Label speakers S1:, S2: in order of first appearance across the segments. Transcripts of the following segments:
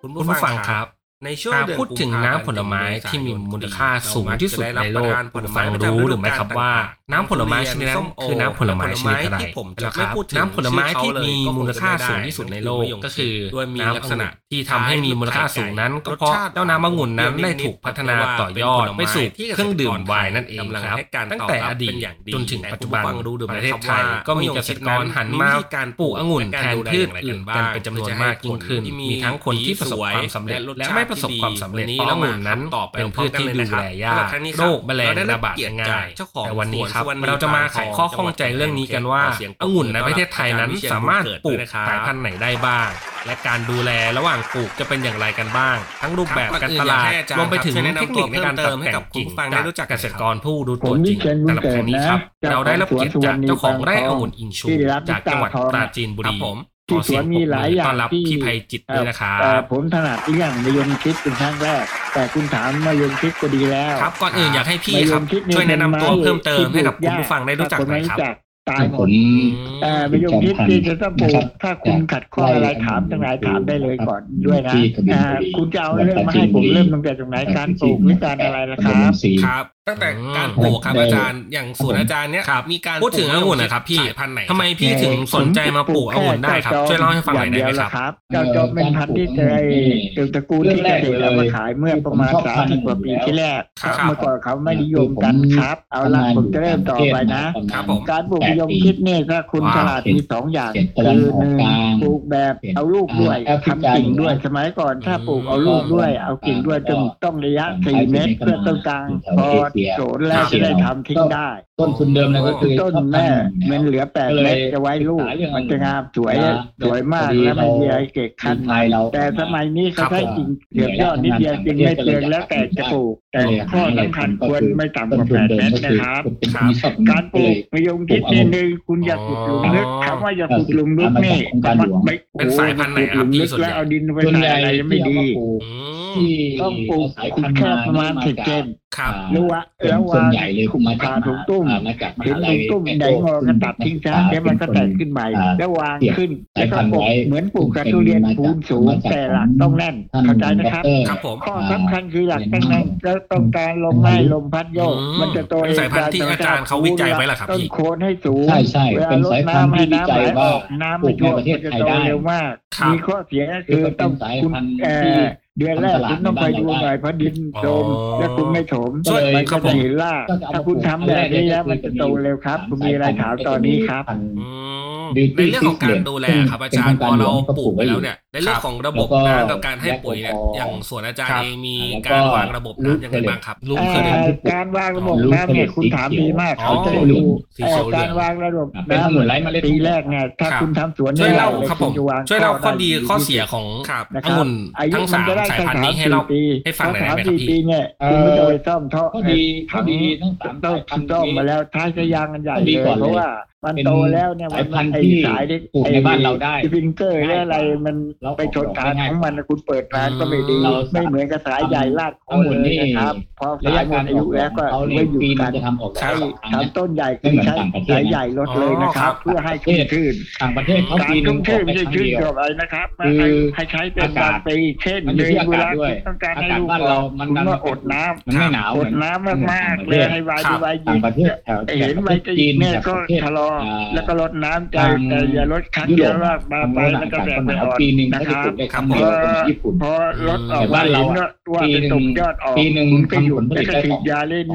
S1: คุณ
S2: คุณ
S1: ผู้
S2: ผู้
S1: ฟั
S2: ฟั
S1: ง
S2: ง
S1: ค
S2: ค
S1: รั
S2: รับ บ
S1: ในช่
S2: ช่
S1: ว
S2: ว
S1: ง
S2: ง
S1: เดือน
S2: พูดถึงน้ำผลไม้ที่มีมูลค่าสูงที่สุดในโลก
S1: ผ
S2: คุณ
S1: ล
S2: ผู้
S1: ไม้
S2: ฟัง
S1: ประจำ
S2: รู้
S1: ฤ
S2: ห
S1: ดู
S2: รื
S1: กาล
S2: อไม่ครับว่าน้ำผลไม้ชนิดนั้นคือน้ำผลไม้ชนิดอะไร
S1: ที่ผมจะ
S2: นะค
S1: ไม่
S2: รับ
S1: พูดถึง
S2: น้ำผลไม้ที่มี
S1: ชื่อเขาเลย
S2: มูลค่าสูงที่สุดในโลกก็คือ
S1: ด้วยมีลัก
S2: น้ำ
S1: ษ
S2: ผ
S1: ณะ
S2: ลที่ทำให้มีมูลค่าสูงนั้น ก็เพราะเจ้าน้ำองุ่นนั้นได้ถูกพัฒนาต่อยอดไปสู่เครื่องดื่มไวน์นั่นเองครับ ตั้งแต่อดีตจนถึงปัจจุบันประเทศไทยก็มีเกษตรกรหันมาปลูกองุ่นแทนพืชอื่นกันเป็นจำนวนมากยิ่งขึ้น มีทั้งคนที่ประสบความสำเร็จและไม่ประสบความสำเร็จเพราะองุ่นนั้นเป็นพืชที่ดูแลยากโรคแมลงระบาดง่ายแต่วันนี้ครับเราจะมาไขข้อข้องใจเรื่องนี้กันว่าองุ่นในประเทศไทยนั้นสามารถปลูกสายพันธุ์ไหนได้บ้าง และการดูแลระหว่างปลูกจะเป็นอย่างไรกันบ้าง ทั้งรูปแบบการตลาดรวมไปถึงเทคนิคในการตัดแต่งกิ่งจากเกษตรกรผู้ดูตัวจริงแต่ละคนนี้ครับเราได้รับเกียรติจากเจ้าของไร่องุ่นอิงชูจากจังหวัดปราจีนบุรีขอเสียงปรบมือต้อนรับพี่ภัยจิตด้วยนะครั
S3: เอ่อบ ผมถนัดเรื่องมายงชิดเป็นครั้งแรก แต่คุณถามมายงชิดก็ดีแล้ว
S2: ครับก่อนอื่นอยากให้พี่ครับ
S3: มะยงด
S2: ช่วยแนะนำตัวเพิ่มเติมให้กับ
S3: ที่
S2: คุณผู้ฟังได้รู้จักหน่อยครับ
S3: ถ้านตายหม
S4: ผ
S3: ด
S4: ล
S3: แต่มายงชิดที่จะต้องปลูกถ้าคุณขัดข้ออะไรถามตรงไหนถามได้เลยก่อนด้วยนะ
S4: ที่กบิลบุรี
S3: อ่าคุณจะเอาเรื่องมาให้ผมเริ่มตั้งแต่ตรงไหนการปลูกหรือการอะไรล่ะครับ
S4: สี่
S1: ครับ ตั้งแต่การปลูกครับอาจารย์อย่างสวนอาจารย์เนี้ย
S2: ครับ
S1: มีการ
S2: พูดถึงองุ่นนะครับพี่
S1: สายพันธุ์ไหน
S2: ทำไมพี่ถึงสนใจมาปลูกองุ่นได้ครับ ช่วยเล่าให้ฟังหน่อยได้ไหมครับ
S3: เจ้าจอมเป็นพันธุ์ที่เคยตึกตระกูลที่เกษตรเอามาขายเมื่อประมาณสามสิบกว่าปีที่แรก
S2: ครับ
S3: เมื่อก่อนเขาไม่นิยมกันครับ เอาล่ะผมจะเริ่มต่อไปนะ
S2: ครับผม
S3: การปลูกมะยมคิดเนี่ยถ้าคุณฉลาดมีสองอย่างคือหนึ่งปลูกแบบเอาลูกด้วยทำกิ่งด้วยสมัยก่อนถ้าปลูกเอาลูกด้วย เอากิ่งด้วยต้องต้องระยะสี่เมตรเพื่อต้นกลางพอโสนแล้วจะได้ทำทิ้งได้
S4: ต้นทุนเดิมเลยก็คือ
S3: ต้นแม่มันเหลือแปด
S4: ก็เลย
S3: เม็ดจะไว้ลูก มันจะงามสวย
S4: นะ
S3: สวยมาก
S4: พอดี
S3: แล้วมัน
S4: เรา
S3: มีไอ้เกก
S4: คั
S3: ขั้
S4: น
S3: น
S4: ไทยเรา
S3: แต่สมัยนี้
S2: ครั
S3: เขา
S2: บ
S3: ใช้จริงเหลือบยอดนิดเดียวจริงไม่เตือนแล้วแต่จะปลูก แต่ข้อสำคัญควรไม่ต่ำก
S4: ต้น
S3: ว่า
S4: ทุ
S3: แป
S4: น
S3: ด
S4: เดิม
S3: เม็ด
S4: ก็
S3: นะ
S4: คือ
S3: ครับ
S4: เป็นมีสับ
S3: การปลูกมะยงชิดนิดนึงคุณอย่าขุดหลุมลึก
S2: อ๋อ
S3: คำว่าอย่าขุดหลุมลึกนี่
S4: การหลวง
S3: ไม่
S2: เป็นสายพันธุ์ไหนครับที่ส่วนให
S3: ขุดหลุมลึก
S2: ญ่
S3: แล้วเอาดินไปใส่อะไรยังไม่ดี
S2: อืม
S4: ที่
S3: ต้องปลูก
S4: สาย
S3: ขุดแค่ประมาณสิบเซน
S2: ครับ
S3: แล้วว่าแล้ว
S4: ส่วน
S3: ว่า
S4: ใหญ่เลยคุมาจากมาจากม
S3: เห็น
S4: หาลั
S3: ตุ้
S4: ย
S3: มตุ้มใดงอก็ตัดทิ้งซะแล้วมันก็แตกขึ้นใหม่ แล้ววางขึ้น แล้วก็ปลูกเหมือนปลูกกระทุเรียนปูนสูงแต่หลักต้องแน่นเข้าใจนะครับ
S2: ครับผม
S3: ข้อสำคัญคือหลักต้องแน่นแล้วต้องการลมไล่ลมพัดโยก
S2: อืม
S3: มันจะโต
S2: เป็นสายพันธุ์ที่อาจารย์เขาวิจัยไว้เหรอครับ
S3: ต้น
S2: พี่
S3: โคนให้สูง
S4: ใช่ใช่
S3: เวลา
S4: เป็น
S3: รด
S4: สายพันธุ์
S3: น้ำให้
S4: ที่วิ
S3: น้ำไหลออกน้ำ
S4: จัยว่า
S3: ไม่ท่วม
S4: ปลูกใน
S3: มันจะ
S4: ประเทศไทย
S3: โต
S4: ได้
S3: เร็วมาก
S2: ครับ
S3: มีข้อเสียก็คือต้องคุณเอ่อเดือนแรกคุณต้องไปดูหน่อยเพราะดินโทรมและคุณไม่โถม
S2: ช่วย
S3: มันก็จะเห็นล่าก ถ้าคุณทำแบบนี้แล้วมันจะโตเร็วครับ คุณมีอะไรถามตอนนี้ครับ
S2: อืม
S1: ในเรื่องของการดูแลครับอาจารย์พอเราปลูกไปแล้วเนี่ยในเรื่องของระบบน้ำกับการให้ปุ๋ยเนี่ยอย่างสวนอาจาร
S2: ค
S1: ย์
S2: รับ
S1: เองมีการวางระบบน้ำยังไงบ้างครับ
S2: ลูก
S3: เอ่
S2: เคยได้
S3: อ
S2: ยิน
S3: การวางระบบน้ำเนี่ยคุณถามดีมาก
S2: อ๋อ
S3: เขาจะได้รู้
S2: สีเขียวเหลือง
S3: เอ่อการวางระบบ
S4: เป็นถนน
S3: น้ำ
S4: ไร้เมล็ด
S3: ปีแรกเนี่ยถ้า
S1: ครับ
S3: คุณทำสวน
S2: ช่วยเล่า
S3: แก
S2: ครับผม
S3: ณจะง
S2: ช่วยเล่าข้อดี
S3: ไ
S2: ข้อเสียของ
S1: ครับ
S3: นะ
S2: อ
S3: ครับ
S2: งุ่น
S3: อายุ
S2: ทั้ง
S3: มั
S2: สาน ม
S3: จะได้
S2: สายพันธุ์นี้ให้
S3: ส
S2: เรา
S3: มสี่ปี
S2: ให้ฟังหน่อยได้
S3: สาม
S2: ไหมครับ
S3: สี่
S2: พี่
S3: ปีเนี่ยคุณไม่ต้องไปซ่อมท่อ
S4: ก็ดีก็ดีทั้งสา
S3: ต้อ
S4: ม
S3: งต้อ
S4: สาง ยพันธุ์
S3: ซ่อม
S4: นี้
S3: มาแล้วท้ายสายยางกันใหญ่
S4: ก็
S3: เล
S4: ดี
S3: ย
S4: ก่อน
S3: เพ
S4: เลย
S3: ราะว่ามันโตแล้วเนี่ยมั
S4: สายพันธุ์ที่
S3: สาย
S4: ปลูกในบ้านเราได้
S3: สปริงเกอร์และอะไรมัน
S4: เราออก
S3: ไปชนฐาน
S4: ดอกไม่ได้
S3: ของมันนะคุณเปิดร้านก็ไม่ดี
S4: เราสาม
S3: ไม่เหมือนกับสายใหญ่ลากโค
S4: ทั้งหม
S3: เล
S4: ด
S3: ย
S4: นี่
S3: นะครับพอ
S4: ระ
S3: สาย
S4: ยะ
S3: หม
S4: กา
S3: ด
S4: ร
S3: อายุแล้วก็
S4: เขา
S3: ไม่อยู่
S4: ปี
S3: กั
S4: มัน นจะทำออก
S3: ใช้
S4: ครั้ง
S3: ทำต้นใหญ่คือใช้สายใหญ่ลดเลยนะค
S2: อ๋อค
S3: รับ
S2: รับ
S3: เพื่อให้ชุ่มชื้น
S4: ต่างประเทศเขา
S3: การ
S4: ปีหนึ
S3: ทุ่
S4: ง
S3: ม
S4: อ
S3: เท
S4: อกไป
S3: ไม่
S4: ค
S3: ใช่
S4: รั้ง
S3: ชื่น
S4: เดียว
S3: ชมอะไรนะครับ
S4: คือ
S3: ให้ให้ใช้เป็นบางปีเช่น
S4: มัน
S3: ห
S4: อยู่
S3: นึ่งเวลา
S4: ที่อากาศด้วย
S3: คุณต้องการ
S4: อา
S3: ให้ลูก
S4: กาศบ้านเรามัน
S3: คุณ
S4: ดัน
S3: ว่าอดน้
S4: มันไม่หนาว
S3: ำอ
S4: เหมื
S3: ด
S4: อน
S3: น้ำมากๆเลยให้วาย
S1: ครับ
S3: วายหยิ
S4: ต่าง
S3: บ
S4: ประเทศแถว
S3: เห็น
S4: ประ
S3: ไว้
S4: เท
S3: จะ
S4: ศ
S3: หยิ
S4: จี
S3: บ
S4: น
S3: เนี่ยก็
S4: ประเทศ
S3: ชะลอ
S4: อ่า
S3: แล้วก็ลดน้ำใจ
S4: ทาง
S3: แต่อย่าลดครั้ง
S4: ยุ
S3: เดียว
S4: โรป
S3: ว่ากมาไป
S4: ทาง
S3: แล้วก็แบบ
S4: ตะวัน
S3: ไป
S4: อ
S3: อ่
S4: อ
S3: อ
S4: ก
S3: น
S4: ปีหนึ่ง
S3: นะ
S4: เขา
S3: ค
S4: จะ
S3: รั
S4: ปลู
S3: บ
S4: กได้ครั้งเดียวของญี่ปุ่น
S3: พอลดออก
S2: แต่
S3: มา
S4: บ้านเรา
S3: เห็นว่าว่า
S4: ปี
S3: เป็น
S4: หนึ่
S3: ต
S4: ง
S3: กยอดออก
S4: ปีหนึ่ง
S3: คุณก็หยุด
S4: ทำผลผลิ
S3: แล้ว
S4: ต
S3: ก็ฉีด
S4: ได้สอง
S3: ยาเล่น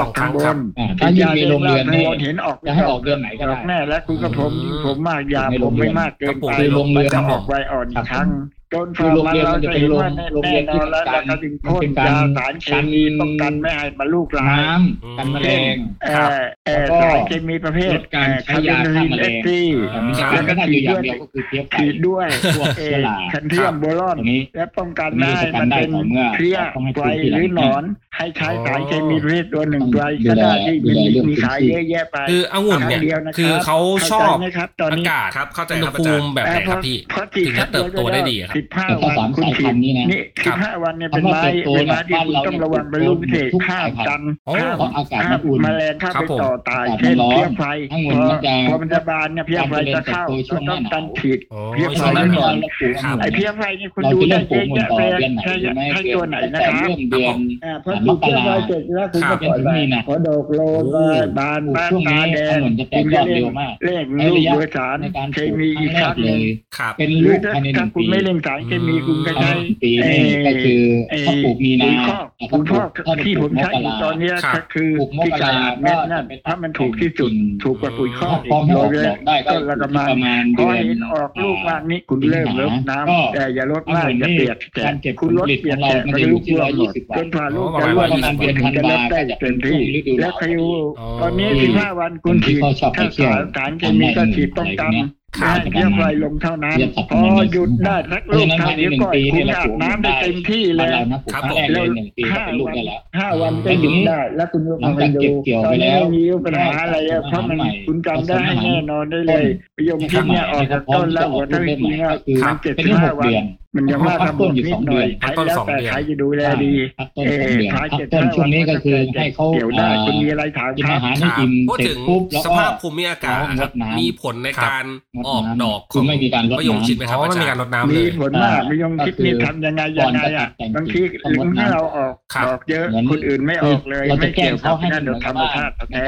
S4: สองครั้ง
S3: เล่งแรกข้างบน
S4: อ่าถ้ายิ่งมีโรงเรือนนี่
S3: เห็นออก
S4: จะให้ออกเดือนไหนก็ได้
S3: แน่แล้วคุณกระผม
S2: อืม
S3: ผมมากยา
S4: ใน
S3: ผ
S4: โร
S3: ม
S4: งเรือน
S3: ไม่มากเกิน
S4: กระปุก
S3: ไป
S4: ในโรงเรือน
S3: จะออกใบอ่อนอีกครั้ง จนฝ่ามันเราจะเห็นว่าแน่นอนแล้วเราก็ดึงพ่นยาสารเคมีป้องกันไม่ให้มันลูกลา
S4: น้
S3: น
S4: ำกันแมลง
S3: เอ่อเอ่อสารเคมีประเภท
S4: ลดการใช้ยาฆ่าแมลง
S3: เอสซี
S4: แต่มีสารก็ได้อยู่อย่างเดียวก็คือเพี้ยไฟ
S3: ฉีดด้วย
S4: พวก
S3: เอ
S4: เชื้อรา
S3: แคนเทียมโบรอน
S4: ตรงนี้
S3: และป้องกันไม่ให้มันเป็นเพลี้ยไฟหรือหนอน ให้ใช้สารเคมีประเภทตัวหนึ่งไฟก็ได้ที่มีมีขายเยอะแยะไป
S2: คือองุ่นเนี่ย
S3: เดียวนะครับ
S2: คือเขาชอบ
S3: เข้าใจนะครับตอนนี้
S2: อากาศ
S1: ครับเข้าใจ
S2: อุณ
S1: ค
S2: ห
S1: รับอา
S2: ภู
S1: จาร
S2: มิ
S1: ย์
S2: แบบไหนครับพี่
S3: เพราะฉีด
S2: ถึงจะเติบโตได้ดีครับ
S3: สิบห้า
S4: แต่ถ้า
S3: วัน
S4: สาม
S3: คุณ
S4: สาย
S3: ฉี
S4: พั
S3: ด
S4: นธุ์นี้นะ
S3: นี่สิบห้าวันเนี่ยเป็นไม้เป็นไม้ที่คุณต้องระวังเป็นลูกพิเศษข้ามกัน
S2: โอ้
S3: ข้าม
S4: เพราะอากาศ
S3: ข้า
S4: มั
S3: ม
S4: นอุ่น
S3: แมลงข้าม
S2: ครับ
S3: ไป
S2: ผม
S3: ต่อตาย
S4: อากาศมั
S3: เช่
S4: น
S3: น
S4: ร้อน
S3: เพี้ยไฟ
S4: ทั้งหมดมันจะ
S3: พอมันจะบานเนี่ยเพี้ยไฟจะเข้า
S4: เจริญเติบโตช่วงห
S3: ต้องกา
S4: น้าหนาว
S3: รฉีด
S2: โอ้
S3: เรียบ
S2: ยช่
S3: ร้อ
S2: วย ง
S3: แล้
S4: เรา
S2: นั้
S3: วน ก่
S2: ก่อ
S3: อ
S2: น น
S4: ปลูกองุ่น
S3: ไอ้เพี้ยไฟนี่คุณ
S4: เรา
S3: ดู
S4: จะเริ่
S3: ได้
S4: มป
S3: เย
S4: ลู
S3: อะแยะเลยใช่ให้
S4: กองุ่นต่อเดือนไหนหรือไม่
S3: ตัวน
S4: เดือ
S3: ไหนนะ
S4: แต่
S3: ครับ
S4: เริ่มเดือน
S3: อ่าพอถูกเรื่องรอยเสร็จแล้วคุณก็ปล่อยไปพอโดกโลนมาบาน
S4: ปลูก
S3: บานตา
S4: ช่วง
S3: แด
S4: นี้ถ
S3: ง
S4: นนจะแตกยอดเร็วมาก
S3: เร่งลูกโดยสาร
S4: ในการป
S3: เค
S4: ลูก
S3: มีอีก
S4: ค
S3: ค
S4: รั้
S3: รั้
S4: ง
S3: งห
S4: แรกเล
S3: นึ่ง
S4: ย
S1: ครับ
S4: เป็น
S3: หรื
S4: ลู
S3: อก
S4: ภาย
S3: ถ้า
S4: ในหนึ่ง
S3: คุณ
S4: ปี
S3: ไม่เร่งสารเคมีคุณก็
S4: ภาย
S3: ใช้
S4: ในหนึ่งปีนี่ก็คือถ้าปลูกมีนา
S3: ปุ๋ยคอก
S4: แต่ถ้า
S3: ปุ๋ย
S4: ป
S3: คอก กที่ผม
S4: ลูถ้าปลูกม
S3: ใช้
S4: ก
S3: อยู่
S4: รา
S3: ตอนเนี้ย
S2: ครับ
S3: ก็คือ
S4: ปลูกมกรา
S3: ที่ตดเม็ดนั่น
S4: ก็
S3: ถ้ามันถูกที่สุด ถูกกว่าปุ๋ยคอก
S4: ถ้าพร้อมให้ออกดอกได้ก็
S3: ต้นละ
S4: ป
S3: ประระมาณ
S4: มาณ
S3: พ
S4: เดื
S3: อ
S4: อน
S3: เห็นออกลูกมากนี้คุณเริ่มลด
S4: ก็
S3: น้ำแต่อย่าลดมากอย่าเปียกแต่คุณลดเปียกแต่มันจะลุกร่วงหมดจนผ่าลูกจะร่วงมันเป็นถึงจะเริ่มได้เต็มที่และใครรู้ตอนนี้สิบห้าวันคุณฉีดถ้าสารสารเคมีก็ฉีดต้องกันให้เพียงไฟลงเท่านั้นพอหยุดได้สัก
S4: เพราะ
S3: ลูก
S4: ฉะ
S3: ทา
S4: นั้นภาง ยใน
S3: เดียว
S4: หนึ่ง
S3: ก็
S4: ปี
S3: คุ
S4: เนี่ย
S3: ณ
S4: เรา
S3: อาบ
S4: ปลูก
S3: น้ำได้เต็มที่
S4: บ้า
S3: เลย
S4: นเรานะปลูกครั้งแรกเลยหนึ่งปีก็เป็นลูกได้แล้ว
S3: ห้าวันก็หยุดได้แล้วคุณก็ไปดูตอนนี้ไม่มีปัญหาอะไรอะเพราะมันคุณจำได้แน่นอนได้เลยประโยคที่เนี่ยออกจากต้นแล้วหัวทั้งทีเนี่ยมันเจ็ด
S4: เป็น
S3: สิบ
S4: ที่ห
S3: ห้าก วัน
S4: เดือน
S3: มันยังว่าทำหมดนิดหน่อยใครแล้วแต่ใครจะดูแลดี
S4: พักต้
S3: เอน
S4: ส
S3: อ
S4: องเดือน
S3: พา
S4: พัก
S3: เจ็ด
S4: ต้น
S3: ห้า
S4: ช่ว
S3: วั
S4: ง
S3: น
S4: นี้ก็คือให้เขา
S3: เดี๋ยวได้คุณมีอะไรถาม
S4: กิน
S3: ครั
S4: อา
S3: บ
S4: หารให้กิน
S1: พูด
S4: เส
S1: ถึ
S4: ร็จ
S1: ง
S4: ปุ๊บแล้ว
S1: ส
S4: ก็
S1: ภาพภูมิอากาศนะครับ
S4: งดน้ำ
S1: มีผลในการ
S4: ครับ
S1: ออกดอกขอ
S4: คื
S1: ง
S4: อไม่มีการรดน้ำ
S1: มะยงชิดไหมครับ
S2: อ๋อไม่
S1: อาจาก
S2: มีาร ร
S1: ย์
S2: ลดน้ำเล
S3: มี
S2: ย
S3: ผลมากมียงคิดนี่ทำยังไงยังไงอ่ะบางทีลิงให้เราออกดอกเยอะคนอื่นไม่ออกเลย
S4: เราจะ
S3: ไม่
S4: แกล้
S3: เกี่ย
S4: ง
S3: วกั
S4: เขา
S3: บ
S4: ให้
S3: นั่นเดี๋ยวธรรมชาติ
S4: แท้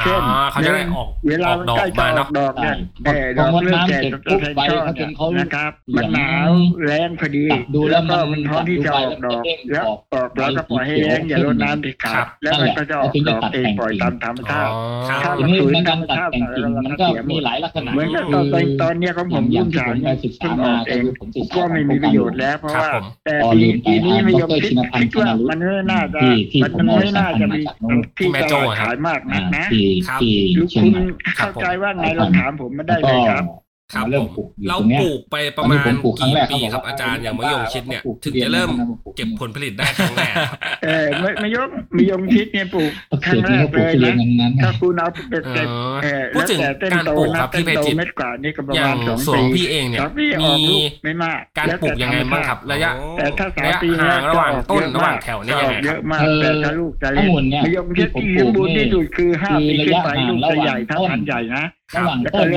S3: แท้
S4: ตาย
S2: อ่าเขาจะได้ออก
S3: เว
S2: อ
S3: ลา
S2: อก
S3: มัน
S2: ดอ
S3: ใก
S2: ก
S3: ล้จะ
S2: มา
S3: ออ
S2: เนาะ
S3: กดอกเนี่ย
S4: ใช่
S3: เออดอกเริ่มแก่
S4: พอน้ำ
S3: ต้นไทร
S4: เสร็จปุ๊บใบ
S3: ช่อ
S4: เขาจ
S3: เนี่ย
S4: นเขาน
S3: นะครับ
S4: เหลื
S3: มัน
S4: อง
S3: หนาวแรงพอดี
S4: ตัดดูแล้ว
S3: ก็
S4: มัน
S3: มันพร้อมที่จะออกดอก
S4: ดูใบแล้วมันจะ
S3: แล้
S4: เด้ง
S3: วออกแล้วก็ปล่อยให้แรงอย่าลดน้ำเด็ดขา
S2: ครั
S3: ด
S2: บ
S3: แล้วมันก็จะออก
S4: นั่
S3: ด
S4: น
S3: อก
S4: แหละ
S3: เองปล่อย
S4: ตั
S3: ตา
S4: ด
S3: ม
S4: แต่
S3: ธรง รม
S2: ครับ
S3: ชาติครับ
S4: กิ่งทีนี้มันการตัดแต่งกิ่งมันก็มีหลายลักษณะ
S3: เหมือนกับตอนตอนตอนเนี้ยของผมรุ่น
S4: ที่
S3: สา
S4: ผมมไป
S3: เนี่ย
S4: ศึกษา
S3: เพิ่งอ
S4: มา
S3: อก
S4: ก็
S3: เอง
S4: คือผมศึกษา
S3: ก็ไม่มีประโยชน์แล้ว เพราะว่าแต่ปีปีนี้ไม่ยอมคิดคิดว่ามันไม่น่าจะมันไม่น่าจะมีที่ตลาดขายมากนักนะ
S4: ที่ที่
S3: ลูก
S4: เชียง
S3: คุณ
S4: ใหม่
S3: เข้าใจว่าไงลองถามผมมาได้เลยครับ
S1: ครับ
S4: เริ่ม
S1: ผ
S4: ป
S1: ม
S4: ลูกอยู่
S1: เรา
S4: ตรงเนี้ย
S1: ปลูกไปประมาณกี่ปีครับอาจารย์อย่างมะยงชิดเนี่ยถึงจะเริ่มเก็บผลผลิตได้ครั้งแรกครับ
S3: เออไม่ไม่ยกไม่ยงชิดเนี่ยปลูกค
S4: เกิ
S3: รั้ง
S4: ด
S3: แรก
S4: ที่เขาป
S3: เล
S4: ลู
S3: ย
S4: กทุเรีย
S3: นะ
S4: นทั้งนั้น
S3: ถ้า
S4: นะ
S3: คุณเอาเป็ด
S2: เอ
S3: เก็บ
S2: อ
S3: เออ
S2: พูดถึง
S3: แล้วแต่เต้น
S2: การ
S3: โต
S2: ปลูกครั
S3: นะ
S2: บ
S3: เต้น
S2: พี่ไพ
S3: โต
S2: จิตร
S3: เม็ดกว่านี่ก็ประ
S2: อย่าง
S3: มาณสอง
S2: สวนของ
S3: ปี
S2: พี่เองเนี่ย
S3: สองปีอ
S2: มี
S3: อกลูกไม่มาก
S2: การปลูกยังไงบ้างครับ ระยะ
S3: แต่ถ้าสา
S2: ระ
S3: ม
S2: ยะ
S3: ปี
S2: ห่างระหว่างต้นระหว่างแถว
S3: จะ
S2: เนี่ย
S3: อ
S2: ยัง
S3: อก
S2: ไง
S3: เย
S2: ครับ
S3: อะมากแต่ถ้าลูกจะเล็ก
S4: องุ่นเนี่ย
S3: มะยงชิดที่สมบูรณ์ที่สุดคือห้า
S4: คือ
S3: ปี
S4: ระ
S3: ขึ้น
S4: ยะ
S3: ไปลูก
S4: ห่างระ
S3: จะ
S4: ห
S3: ใหญ่เท่า
S4: ว่างต้น
S3: พันธุ์ใหญ่นะ
S4: ระหว่าง
S3: แล้ว
S4: ต้
S3: ก็
S4: น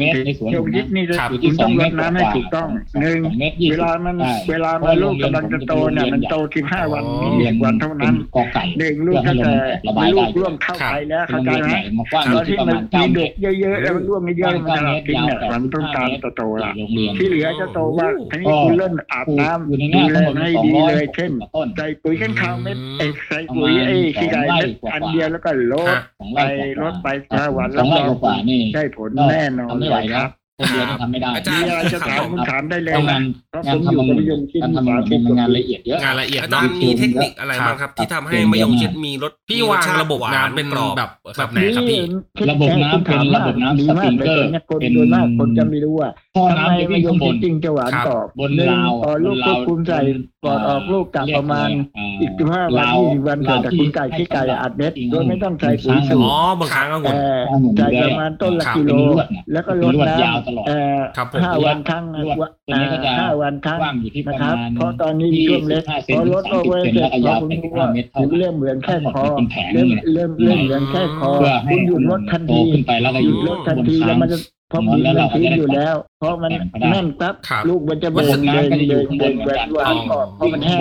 S4: เนี่
S3: เริ่
S4: ย
S3: มได้
S4: อยู่ที่
S3: ได้
S4: สอง
S3: เต็ม
S4: เมต
S3: ที่มะ
S4: รในสวน
S3: ย
S2: ครับ
S3: งชิดนี่จะคุณต้อง ง
S4: ผมนะอยู่ที่สอเม
S3: ลดน้ำ
S4: ตรกว่า
S3: ให้ถูกต้องหนึ่ง
S4: สอเมตรยี่สิ
S3: เว
S4: บ
S3: ลามัน
S4: ใช่
S3: เวลามันลูกกำลังจะโตเนี่ย มันโตสิบห้าวันมีเด็กวันเท่านั้น
S4: กอไก่
S3: เด็กลูกก็จะ
S4: ระบาย
S3: ลู
S4: ได้
S3: กร่วงเข้าไปแล้วเข้าใจไหม
S4: มากว้าง
S3: ตอน
S4: ที่
S3: ที่
S4: ประ
S3: มัน
S4: มาณ
S3: มี
S4: เก้าเม
S3: เด็
S4: ต
S3: ก
S4: ร
S3: เยอะๆแล้วมันร่วงเยอะๆมันจะหลับกินเนี่ยมันต้องการจะโตละ
S4: โรงเรียน
S3: ที่เหลือจะโตว่างทีนี้คุณเล่นอาบน้ำ
S4: อยู่ใน
S3: ดู
S4: เนี้ย
S3: แล
S4: ทั้งหมด
S3: ให้
S4: สอง
S3: ดี
S4: ร้อย
S3: เลยเช่น
S4: ต้น
S3: ใส่ปุ๋ยขั้นข้าวเม็ดเอกใส่ปุ๋ยไอ้ขี้ไก่เม็ดอันเดียวแล้วก็ลด
S2: ฮะ
S3: ไปลดไปห้าวัน
S4: ส
S3: แล้
S4: อ
S3: ว
S4: งไร่กว่าๆนี่
S3: ได้ผลแน่นอน
S4: ทำไม่ไหว
S3: เลยครั
S4: แล้ว
S3: บ
S4: คนเดียวทำไม่ได้
S1: อาจา
S3: มี
S1: รย์
S3: อะไรจะถามคุณถามได้เลย
S4: ต้องงา
S3: นะ
S4: น
S3: เพราะผ
S4: งาน
S3: มอ
S4: ทำ
S3: ยู่
S4: มะ
S3: กับ
S4: ง
S3: นิยมที่
S4: การ
S3: สาม
S4: ทำะ
S3: สิบ
S4: งมั
S3: กว่าง
S4: นาน
S3: ปี
S4: ละเอียดเยอะ
S1: งานละเอียด
S2: อา
S1: เน
S2: จา
S1: อะ
S2: รย์มีเทคนิคอะไรบ้างครับ ที่ทำให้มะยงชิดมีรส
S1: พี่วางระบบน้ำเป็น
S2: กรอบ
S1: แบบ
S2: แบ
S1: แบบ บ
S2: ไห
S1: ไห
S2: น
S1: น
S2: ค
S1: ค
S2: รั
S1: รั
S2: บบ พี่
S1: พี่
S4: ระบบน้ำเป็นระบบน้ำ
S3: ดี
S4: ส
S3: มากเล
S4: ปริงเก
S3: ยตอ
S4: อร์
S3: นนี้คน
S4: เป็น
S3: โดยมากคนจะไม่รู้ว่า
S4: ท่อ
S3: ทำไม
S4: น้ำ
S3: ไม่
S4: ที่
S3: ย
S4: ข้างงบน
S3: จริงจะหวานกรอบบ
S4: น
S3: หนึ่ง
S4: ราว
S3: พอลูกควบคุมใส่ก่อนออกลูกจากประมาณอีกสิบห้าวันยี่สิบวันเกิดจากคุณไก่ขี้ไก่อัดเม็ดโดยไม่ต้องใส่ปุ๋ยสู
S2: อ๋
S3: ต
S2: อ
S3: ร
S2: บางครั้งองุ่น
S3: เอ่อใส่ประมาณต้นละกิโล แล้วก็ลดน้
S4: ยาวตลอด
S3: ำเอ่อ
S2: ครับผม
S3: ห้าวันครั้ง
S4: ลวดตัวนี้ก็จะ
S3: อ่าห้าวันครั้ง
S4: กว้างอยู่ที่ป
S3: นะ
S4: ระ
S3: ค
S4: มา
S3: รับ
S4: ณ
S3: เพราะตอนนี้มี
S4: ยี่
S3: ช่ว
S4: สิ
S3: ง
S4: บ
S3: เล็ก
S4: ห้าเซ
S3: พ
S4: น
S3: อ
S4: ถึ
S3: ล
S4: ง
S3: ด
S4: สา
S3: ล
S4: ม
S3: ง
S4: สิบ
S3: ไป
S4: เซน
S3: เสร็จพอยคุณรู้ว่าคุณ
S4: แล้วก็าวไปถึงห้าเมตรเท่ากัน
S3: เริ่มเหมือนแค่
S4: ทั้ง
S3: ค
S4: หมด
S3: อ
S4: เป็นแผง
S3: เริ่ม
S4: เนี่ย
S3: เริ่มเริ่มเหมือนแค่คอ
S4: เพื่อ
S3: คุ
S4: ให้
S3: ณหยุดรถทัน
S4: โต
S3: ที
S4: ขึ้นไปแล้วก็
S3: ห
S4: อ
S3: ยุ
S4: ยู่
S3: ดรถทัน
S4: บน
S3: ที
S4: ค้า
S3: แล้
S4: ง
S3: วมันจะเพราะมันมันพื้นอยู่แล้ว เพราะมันแน่นปั๊บ
S2: ครับ
S3: ลูกมันจะเบ่งเดินเดินเดินแหวนหวานกรอบเพราะมันแห้ง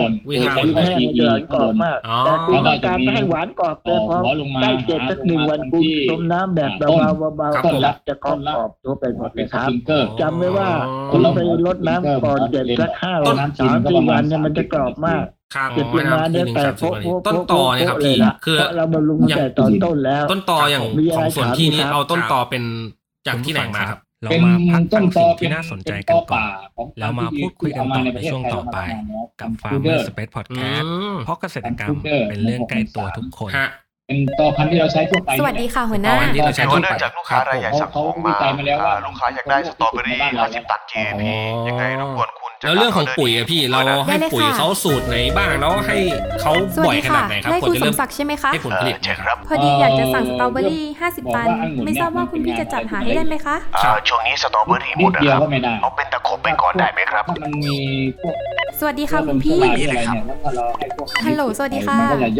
S3: มันแห้งมันจะหวานกรอบมาก
S2: อ๋อ
S3: แต่คุณต้องการให้หวานกรอบแต่พอใกล้เจ็ดสักหนึ่งวันคุณต้มน้ำแบบเบาๆเบา
S4: ครับ
S3: ๆ
S4: ผม
S3: จะจะกรอบกรอบตัวไปหมดเลยครับ
S4: สปริงเกอร์
S3: จำไว้ว่า
S4: อ๋อ
S3: คุณไปรดน้ำก่อนเจ็ดสักห้าวันสามสี่วันเนี่ยมันจะกรอบมาก
S1: ครับ
S3: เก็บเป็นมาเนี่ยแต่โพะโพะ
S2: ต้นตอเนี่ยครับพี่
S3: โพะโพะเลยล่ะ
S2: คือ
S3: เพราะเราบำรุง
S2: อย่าง
S3: แต่ตอนต้นแล้ว
S2: ต้นตออย่าง
S3: มีอะ
S2: ข
S3: ไร
S2: องส่วน
S3: ถาม
S2: ที่
S3: อีก
S2: นี้
S3: ครับ
S2: เอาต้นตอเป็นจากที่ไหนมาครับ เรา
S4: เป็น
S2: มาพัก
S4: ต้
S2: ฟั
S4: น
S2: ง
S4: ต
S2: สิ่
S4: อง เป็
S2: ที่
S4: น
S2: น่าสนใจ
S4: เป็น
S2: กันก่อ
S4: ต้อป่าน ของ
S2: แล้วมาพูดคุยกันต่อในช่วงต่อไป กับ Farmer Space Podcast เพราะเกษตรกรรมเป็นเรื่องใกล้ตัวทุกคน
S1: ฮะ
S4: เป็นตัวพันธุ์ที่เราใช้ทั่วไป
S5: สวัสดีค่ะหัวหน้า
S1: สวัสดี
S6: เออเนื่องจากลูกค้ารายใหญ่สั่งของมา
S4: เขาวิจัยมาแล้วว่า
S6: อ่าลูกค้าอยากได้สตรอเบอรี่
S4: บ้านเราเนี่ย
S6: 50ตัน GAP ยังไงรบกวนคุณจัด
S1: แล้วเรื่องของปุ๋ยอะพี่เรา
S5: ได้
S1: ให้
S5: เลย
S1: ปุ๋ย
S5: ค่ะ
S1: เขาสูตรไหนบ้างแล้วให้เขา
S5: สวั
S1: บ่อ
S5: ส
S1: ย
S5: ดี
S1: ขนา
S5: ค่ะ
S1: ดไหนครับ
S5: ได้
S1: ก่อน
S5: คุณ
S1: จะ
S5: ส
S1: เริ่
S6: เริ่
S5: ม
S1: ม
S5: ศักดิ์ใช่ไหมคะ
S1: ให้ผลผลิต
S6: เออเช่นครับ
S5: พอดีอยากจะสั่งสตรอเบอรี่ 50 ตัน ไม่ทราบว่าคุณพี่จะจัดหาให้ได้ไหมคะ
S6: อ่าช่วงนี้สตรอเบอรี่หม
S4: นิด
S6: ดนะ
S4: เดีย
S6: คว รับ
S4: ก็ไม่ได้
S6: เอาเป็นตะขบไปก่อนได้ไหมครับ
S4: ถ้ามันมีพวก
S5: สวัสดีค่ะคุณพี่
S4: เชื้อราเนี่ยแล้วถ้าเราให้พวก
S5: ฮัลโหล สวัสดีค่ะ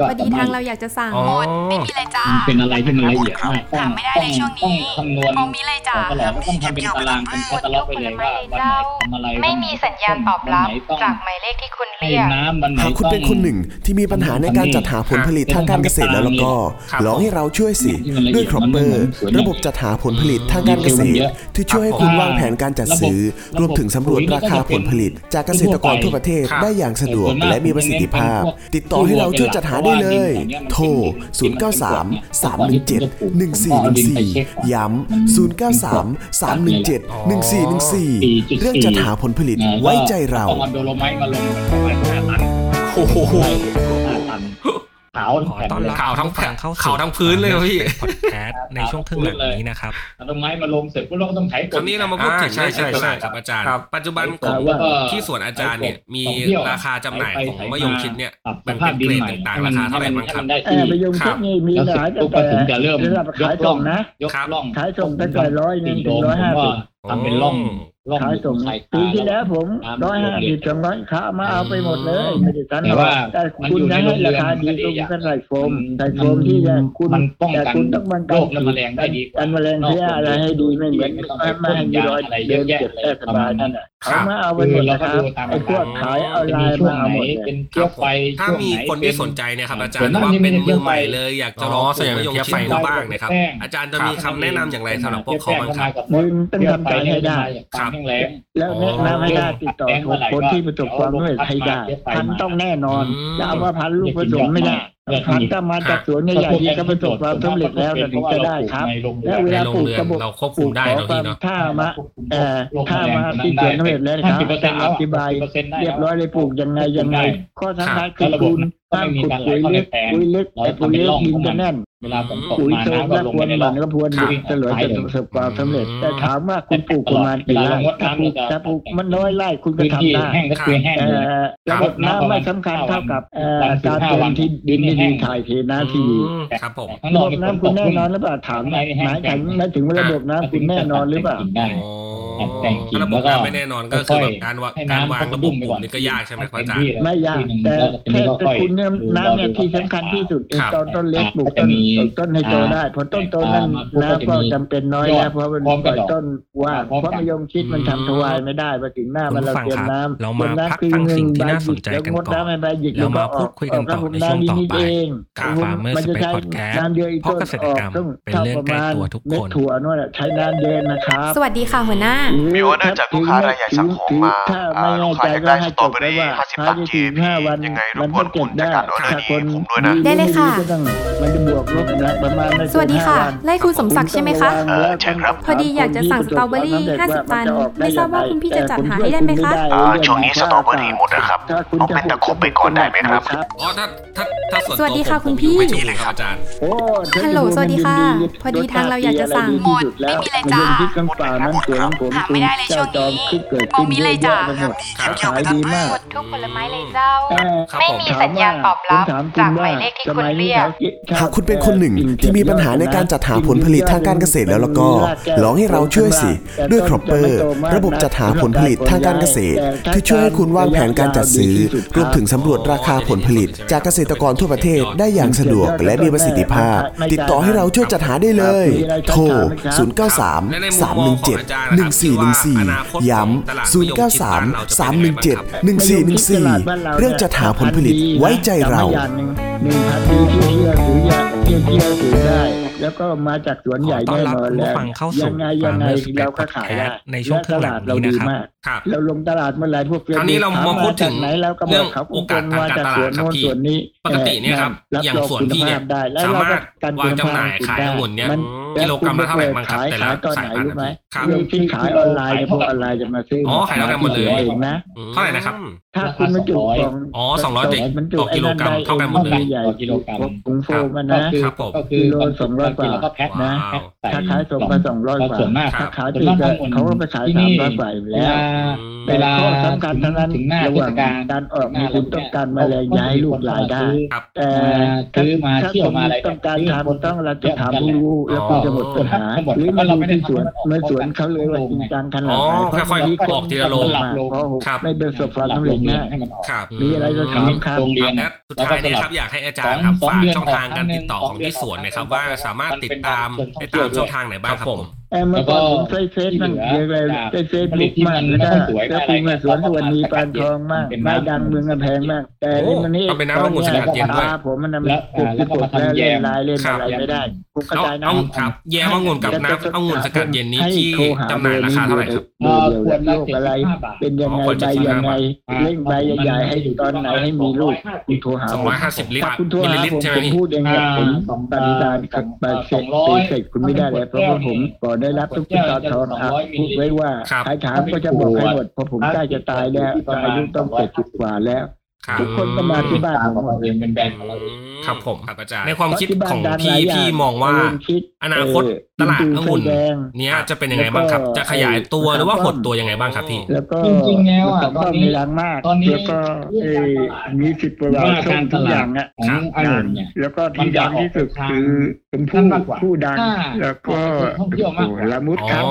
S4: มันก็จยอ
S5: พอดีทางเราอยากจะสั่ง
S1: อ๋อ
S7: มีเลยจ้า
S4: มันเป็นอะไรที่มันละเอียดมาก
S7: ถามไม่ได้เลยช่วง
S4: ต้อง
S7: นี้
S4: คำนวณ
S7: คงมีเลยจ้า
S4: ตลอดก็ต้องทำเป็นตารางเป็นแคตตาล็อกไปเลยว่าวันไหนทำอะไร
S7: ไม่มีสัญญาณตอบรับ
S4: วันไหนต้อง
S7: จากหมายเลขที่คุณ
S4: ให้
S7: เรียก
S4: น้ำวันไหน
S8: หากคุณ
S4: ต้อง
S8: เป็นคนหนึ่งที่มีปัญหาในการจัดหาผลผลิตทางการเกษตรแล้วแล้วก็
S1: ครับ
S8: ลองให้เราช่วยสิ ด้วยครอปเปอร์ ระบบจัดหาผลผลิตทางการเกษตร ที่ช่วยให้คุณวางแผนการจัดซื้อ รวมถึงสำรวจราคาผลผลิต จากเกษตรกรทั่วประเทศได้อย่างสะดวกและมีประสิทธิภาพ ติดต่อให้เราช่วยจัดหาได้เลย โทร 093-317-1414 ย้ำ 093-317-1414 เรื่องจัดหาผลผลิตไว้ใจเรา
S4: อโดโลไมต์มาลงประมาณห้าตัน
S1: โอ้โห
S4: ห้าตันขาว
S2: ขอต้อนรับ
S1: ขาวทั้งแผ่น
S2: เข้าสู่
S1: ขาวทั้งพื้นเลยเหรอพี่
S2: พอดแคสต์ในช่วงครึ่งหลังนี้นะครับ
S4: เอาโดโลไมต์มาลงเสร็จพวกเราก็ต้องไถก
S1: ค
S4: บ
S1: ราวนี้เรามาพูดถึง
S2: อ่า
S1: เรื่อง
S2: ใช่ใช่
S1: ตลาด
S2: ใช่
S1: ครับอาจารย์
S2: ครับ
S1: ปัจจุบันของ
S4: แล้วก็
S1: ที่สวนอาจารย์เนี่ยมีราคาจำหน่ายของมะยงชิดเนี่ย
S4: ปรับส
S1: แบ่ง
S4: ภา
S1: เป็
S4: พ
S1: น
S4: ดิ
S1: เกรด
S4: นใหม่
S1: ต่างๆราคาเท่าไหร่บ้างครับ
S4: ให้มันได้
S3: เอ
S4: ที่
S3: อไปยง
S1: ครั
S3: ชุ
S1: บ
S3: ดนี่มี
S4: แล้ว
S3: ขาย
S4: เสร็จปุ๊บก็ถึงจะเริ่ม
S3: ระดับขายส่งนะ
S4: ยกร่อง
S3: ขายส่งตั้งแต่ร้อยหนึ่งถึงร้อยห้าสิบ
S4: ทำเป็นร่องร่อง
S3: ขายส่ง
S4: ไข่ปลา
S3: ปีที่แล้วผม
S4: ตาม
S3: ร้อยห้าสิบสองร้อยขามาเอาไปหมดเลยไม่ได้ทัน
S4: แต่ว่า
S3: แต่คุณจะให้ราคาดีตรงกันไหลโฟมใส่โฟมที่จะคุณ
S4: มันป้องกัน
S3: แต่คุณต้องป้องกัน
S4: โรคและแมลงได้ดีกว่า
S3: กันแมลงเพี้ยอะไรให้ดีไม่เหมือน
S4: ไม่ต้อง
S3: ไม่ไม่ให้มีรอย
S4: อะไรเย
S3: เดิ
S4: อะ
S3: น
S4: แยะ
S3: เจ็บแต่สบายนั่นน่ะ
S1: ครั
S3: เขา
S1: บ
S3: มาเอาไปหมดนะค
S4: คือ
S3: รับ
S4: เราก็ดูตาม
S3: ไอ้พวกขายออนไลน์
S4: ช่ว
S3: มาง เอา
S4: ไหน
S3: หมดเลย
S4: เป็นเที่ยวไฟ
S1: ถ้า
S4: ช่วง
S1: มี
S4: ไหน
S1: คนที่
S4: เป็
S1: สนใจเนะครับอาจาร
S4: ส่วน
S1: ย์
S4: มาก
S1: ว่าเป็นมือใหม่
S4: นี่มันเยอะไป
S1: เลยอยากจะ
S2: จะ
S1: ล
S2: ร
S1: อ
S2: อง ส่วนใหญ่
S1: มะ
S2: ก็
S1: ยง
S2: ยง
S1: ชิด
S2: ไฟ
S1: ดู
S2: ดู
S1: บ้า
S2: บ้าง ง
S1: นะ
S2: นะ
S1: ค
S2: ครั
S1: รั
S2: บ บ อาจารย์จะ
S4: ครับ
S1: มีคำแนะนำอย่างไรสำหรับพวกเขาบ้างครับ
S3: มึงต้องทำใจให้ได้
S4: ความแห้งแล้ง
S3: แล้วแนะนำให้ได้ติดต่อคนที่ประสบความสำเร็จให้ได้พันธุ์ต้องแน่นอน
S1: อืม
S3: จะเอาว่าพันธุ์ลูกผสมไม่ได้พันธุ์ถ้ามาจากสวนใหญ่ๆที่เขาประสบความสำเร็จแล้วน่ะถึงจะได้ครับ แล้วเว
S1: ใน
S3: ลา
S1: โร
S3: ป
S1: ง
S3: ลูก
S1: เรือก น
S3: ระบอก
S1: เราควบคุมได้เนาะพี่เนาะ
S3: ถ้ามาเอ่อถ้ามาที่สวนสำเร็จแล้วนะครับอธิบายเรียบร้อยเลยปลูกยังไงยังไง ข้อสำคัญคือคุณตั้งขุดปุ๋ยลึกปุ๋ยลึกแต่ปุ๋ยลึกดินจะแน่น
S4: เวลาฝนตก
S3: ปุ๋ย
S4: มา
S3: เติม
S4: น้ำก็
S3: และ
S4: ลง
S3: คว
S4: ไป
S3: ร
S4: ใน
S3: ห
S4: ร่
S3: มั
S4: อน ง
S3: ก็ควร
S1: ครับ
S3: ดินเสลวยจะประสบความสำเร็จ
S1: อืม
S3: แต่ถามว่าคุณปลูกประมาณกี่ไร่ถ้าปลูกถ้าปลูกมันน้อยไร่คุณก็
S4: พื้นที่
S3: ทำได้
S4: แห้งก็คือแห้ง
S3: เอ่
S4: เลย
S3: อระบบน้ำไม่สำคัญเท่ากับเอ่อการเตรียมที่ดินที่ดีถ่ายเทน้ำที่ดี
S1: อืมครับผม
S4: ข้างน
S3: ระ
S4: อ
S3: บบ
S4: กมีฝน
S3: น้ำ
S4: ต
S3: คุณ
S4: ก
S3: แน่
S4: ขึ้น
S3: นอนหรือเปล่าถามหมายถึงหมายถึงว่าระบบน้ำคุณแน่นอนหรือเปล่า
S4: แอบแต่งกิ่ง
S1: ระบบ
S4: แล้วก็
S1: การไม่แน่นอนก็คือแบบการวาง
S4: ให้
S1: การ
S4: น้ำ
S1: วาง
S4: เขา
S1: ระ
S4: ดุ
S1: บุ
S4: มไป
S1: ปุ่
S4: ก่
S1: ม
S4: อน
S1: นี่ก็ยากใช่ไหมครับอาจารย์
S4: ำ
S3: ไม่ยากแต่แต่คุณเนี่ยน้ำเนี่ยที่สำคัญที่สุดคือ
S1: ครับ
S3: ตอนต้นเล็กปลูกต้
S4: จะ
S3: น
S4: มี
S3: ต้นให้โตได้พอต้นโตนั้น
S4: อ่ามันก็จะมี
S3: น้ำก็จำเป็นน้อยแล้วเพราะมัน
S4: พร้อม
S3: ป
S4: กับ
S3: ล่อย
S4: ดอก
S3: ต้นว่า
S4: พร้อม
S3: เพ
S4: กั
S3: ราะ
S4: น
S3: มะยงชิดมันทำทวายไม่ได้มาถึงหน้ามันเราเตรียมน้ำ
S2: เรามาพัก
S3: เตรีย
S2: ฟั
S3: ม
S2: ง
S3: น้ำ
S2: สิ่งที่น่าสนใจกัน
S3: แล้วงด
S2: ก่อน
S3: น้ำให้ใบหยิก
S2: เรามา
S3: แล้
S2: พู
S3: ว
S2: ดคุยกันต่อในช่วงต่อ
S3: นิด
S2: ไป
S3: เอง
S2: กับ
S3: ผม
S2: Farmer
S3: มันจะ
S2: Space
S3: ใช้
S2: Podcast
S3: น้ำเยอะอีก
S2: เพราะเกษตรกรรม
S3: ต้น
S2: เป็นเรื่องใกล้ตัวทุกคน
S3: เม็ดถั่วนั่นแหละใช้น้ำเยอะนะครับ
S5: สวัสดีค่ะหัวหน้า
S6: มีว่าเนื่องจากลูกค้ารายใหญ่สั่งของมา
S3: ถ้า
S6: อ่า
S3: ไม่
S6: ลู
S3: แน่
S6: ก
S3: ใจ
S6: ค้าอยาก
S3: ก็
S6: ได้
S3: ให้
S6: สต
S3: จ
S6: รอ
S3: ด
S6: เบ
S3: ไว้
S6: อรี่
S3: ว่าภาย
S6: 50ตัน
S3: ในสี่
S6: GAP
S3: ห้าวัน
S6: ยังไงร
S3: มั
S6: บ
S3: น
S6: ก
S3: ก็
S6: วน
S3: เก็
S6: คุณ
S3: บได้
S6: จัดกา
S3: ถ้า
S6: รออเดอร์
S3: ค
S6: นี้
S3: น
S6: ผมด้วยนะ
S5: ได้เลยค่ะ
S3: ก็ต้องมันจะบวกลบนะประมาณไม่เกิน
S5: สวัสดีค่ะ
S3: ห้าวัน
S5: ไล่คุณสมศักดิ์ใช่ไหมคะ
S3: ต้องวัง
S6: เชิญครับ
S5: พอดีอยากจะสั่งสตรอเบอรี่ 50 ตัน ไม่ทราบว่าคุณพี่จะจัดหาให้ได้ไหมคะ
S6: อ่าช่วงนี้สตรอเบอรี่หมดนะครับ
S3: ถ้คุณ
S6: เอาเป็นตะครุบไปก่อนได้ไหมครับ
S1: อ๋อถ้าถ้าถ้าส่วน
S5: สวัสดี
S1: ตัว
S5: ค่ะ
S1: ผม
S5: คุณพี่
S1: ผมอยู่ไม่ถูกเลยครับอาจารย์
S3: โอ้
S5: ฮัลโหลสวัสดีค่ะพอดีทางเราอยากจะสั่ง
S7: หมดไม่มีเลยจ้ะ
S3: ที่ข้างป่านั้นสวยของผม
S7: หาไม่ได้เลยช่วงนี้
S3: จอมคิดเกิด
S7: ค
S3: ขึ้
S7: ง
S3: น
S7: มีเลยจ้ะ
S3: เยอแยไปหมด
S1: ครับ
S3: ขายดีมาก
S7: หมดทุกผลไม้เลยเจ้า
S3: เอ่อ
S1: ครับ
S7: ไม่
S1: ผม
S7: มีสัญญาณตอบรับ จากหมายเลขที่คุณเรียก
S8: หากคุณเป็นคนหนึ่งที่มีปัญหาในการจัดหาผลผลิตทางการเกษตรแล้วแล้วก็ลองให้เราช่วยสิ ด้วยครอปเปอร์ ระบบจัดหาผลผลิตทางการเกษตร ที่ช่วยให้คุณวางแผนการจัดซื้อ รวมถึงสำรวจราคาผลผลิต จากเกษตรกรทั่วประเทศได้อย่างสะดวกและมีประสิทธิภาพ ติดต่อให้เราช่วยจัดหาได้เลย โทร 0 9 3 3 1 7 1 4 1 4 ย้ำ 0 9 3 3 1 7 1 4 1 4 เรื่องจัดหาผลผลิตไว้ใจเรา
S3: แต่ว่อย่างหนึ่งหนึ่งพันปีที่เชื่อถืออย่างเชื่อเชื่อถือได้ แล้วก็มาจากสวนใหญ่
S2: ขอต้อ
S3: แน่
S2: นรับ
S3: นอน
S2: คุณ
S3: แล้
S2: ผู้
S3: ว
S2: ฟังเข้าสู่
S3: ยังไงยังไง
S2: Farmer Space
S3: เราก็ขายได้
S2: Podcast ในช่วงครึ่งหลังนี้นะครับครับ
S3: และตลาดเราดีมากเราลงตลาดเมื่อไหร่พวก
S2: คราวนี้เรามาพูดถึง
S3: ไหนแล้วก็บ
S2: เรื่
S3: อ
S2: อง
S3: กเขา
S2: โอกาสทางการตลาดครับพี่
S3: ส่วนนี้
S2: ปกติเนี่ยครับ
S3: เ
S2: อย่างสวนพี่เนี่ย
S3: รับรองคุณภาพได้แล้ว
S2: สามารถ
S3: เก็
S2: วางจำหน่ายขายองุ่นเนี่ย
S3: มั
S2: กิโลกรัมละเท่าไหร่บ้างครับ
S3: ขย
S2: แต่ละ
S3: ขยตอน
S2: สาย
S3: ไหน
S2: พันธุ์
S3: รู้ไหม
S2: ครับ
S3: มีที่ขายออนไลน์เนี่ยพวกออนไลน์จะมาซื้อ
S2: อ๋
S3: อ๋
S2: อขายแล้วกันหมดเลย
S3: นะ
S2: เท่าไหร่นะครับ
S3: ถ้าคุณบรรจุกล่อง
S2: อ๋อ200
S3: กล่งบรรจุ
S2: ต่อกิโลกรัม
S3: ไอ้
S2: เท่ากันหมดเลย
S3: ใญ่
S4: กิโลกรัม
S3: ผงโฟมอะ
S4: ก็
S3: นะ
S4: คือ
S2: ครับผม
S4: ก็คือ
S3: กิโลสองร้อยกว่า
S4: แล้วก็แพ็คนะ
S2: ว้าว
S4: แพ็ค
S3: ถ้า
S4: ใส่
S3: ขายส่งไปสองร้อย
S4: ก็
S3: กว่า
S4: ส่วนมาก
S2: ครับ
S3: ขายปลีกอะเขาก็ไปขายสามร้อยกว่าอยู่
S4: เว
S3: แล้ว
S4: ลา
S3: แต่ข้อสำคัญทั้งนั้น
S4: ถึงหน้า
S3: ระหว่าง
S4: เทศกาล
S3: การออกมีคุณต้องการแมาแรงย้ายลูกหลายได้
S2: ครับ
S3: แต่
S4: ซื้อมาเที่ยวมาอะไร
S3: ต้องการ
S4: ซื้อ
S3: ทำต้องเราจะถามผู้รู้
S2: อ๋อ
S3: แล้วก็จะหมดปัญหา
S4: ทั้งหมด
S3: หรือ
S4: เพราะเราไม่
S3: ไม่
S4: ได้
S3: ได้สวน
S4: ทำให้มันออก
S3: ไม่สวนเขาเลยว่าจริงจังขนาดไหน
S2: อ๋อ
S3: เพราะ
S2: ค่อยๆ
S3: ที่
S2: ออกทีละโล
S3: มากเพราะ
S2: ครับ
S3: ไม่ประสบความสำเร็จง่าย
S4: ให้มันออก
S2: ครับ
S3: มีอะไรจะถามครับ
S4: โรงเรียน
S2: ครับสุดท้ายเนยครับอยากให้อาจารย์ครับฝากช่องทางการติดต่อของที่สวนหนะครับว่าสามารถติดตามได้ตามช่องทางไหนบ้างครับผม
S3: เออเมื่อก่อนผมใช้เฟซนั่งเยอะเลยใช้เฟซบุ๊กมากแล้วก็แล้วปีมาสวนสวนมีปานทองมากไม้ดังเมืองกำแพงมาก แต่นี่มันนี่
S2: โอ้มันเป็นน้ำมะกรูดสกัดเย็นด้วย
S3: ตาผมมันนำปลูกที่ปลูกแล้วเล่นลายเล่นอะไรไม่ได้ปลูกกระ
S2: เอา
S3: จาย
S2: เอา
S3: น้ำ
S2: ครับแยมองุ่นกับน้ำองุ่นสกัดเย็นนี้ที่จำหน่ายราคาเท่าไหร่ครับ
S3: เบอร์เดียวแล้วลูกอะไร เป็นยังไงใบยังไงเล่งใบใหญ่ๆให้อยู่ตอนไหนให้มีลูกคุณโทรหาผม
S2: 250 ลิตร
S3: ถ้าคุณโทร
S2: มิล
S3: หา
S2: ลิลิตร
S3: ผม
S2: ใช่ไหม
S3: ผม
S2: พี่
S3: พูดเองเนี่ยผมปฏิบัติกับปฏิเสธปฏิเสธคุณไม่ได้เลยเพราะว่าผมก่อนได้รับทุกตอนทองครับพูดไว้ว่า
S2: ครับ
S3: ใครถามก็จะบอกให้หมดเพราะผมใกล้จะตายแล้วตอนอายุต้องเจ็ดสิบกว่าแล้ว
S2: ครับ
S3: ทุกคนก็มาที่บ้านผมหมดเลย
S4: เป็นแบรนด์ของเรา
S2: ครับผมครับอาจารย์ในความคิดของพี่
S3: ที่บ้นดัหลายย่า
S2: พี่มองว่า
S3: เริ่ด
S2: อนาคต
S3: เ
S2: ตลาด
S3: กิ
S2: องุ่น
S3: ไส้แดง
S2: เนี้ยจะเป็นยังไงบ้างครับ จะขยายตัวหรือว่าหดตัวยังไงบ้างครับพี่
S3: แล้วก็
S4: จริงๆแล้วอะ
S3: ก็
S4: ตอนนี้
S3: มีร้านมาก
S4: ตอนนี้
S3: แล้วก็เอ่อมีสิทธิ์ประวัติ
S4: ว่าการต
S3: ทุก
S4: ลาด
S3: อย่างอ่ะ
S4: ของอารมณ์เนี่ย
S3: แล้วก็ที่ดังที่สุดคือเป็นผู้
S4: นั่นมากกว่า
S3: ผู้ดัง
S4: ถ้า
S3: แล้วก็
S4: ท่องเที่ยวมากกว่า
S3: โอ้โหละมุด
S2: อ๋อ
S3: ครับ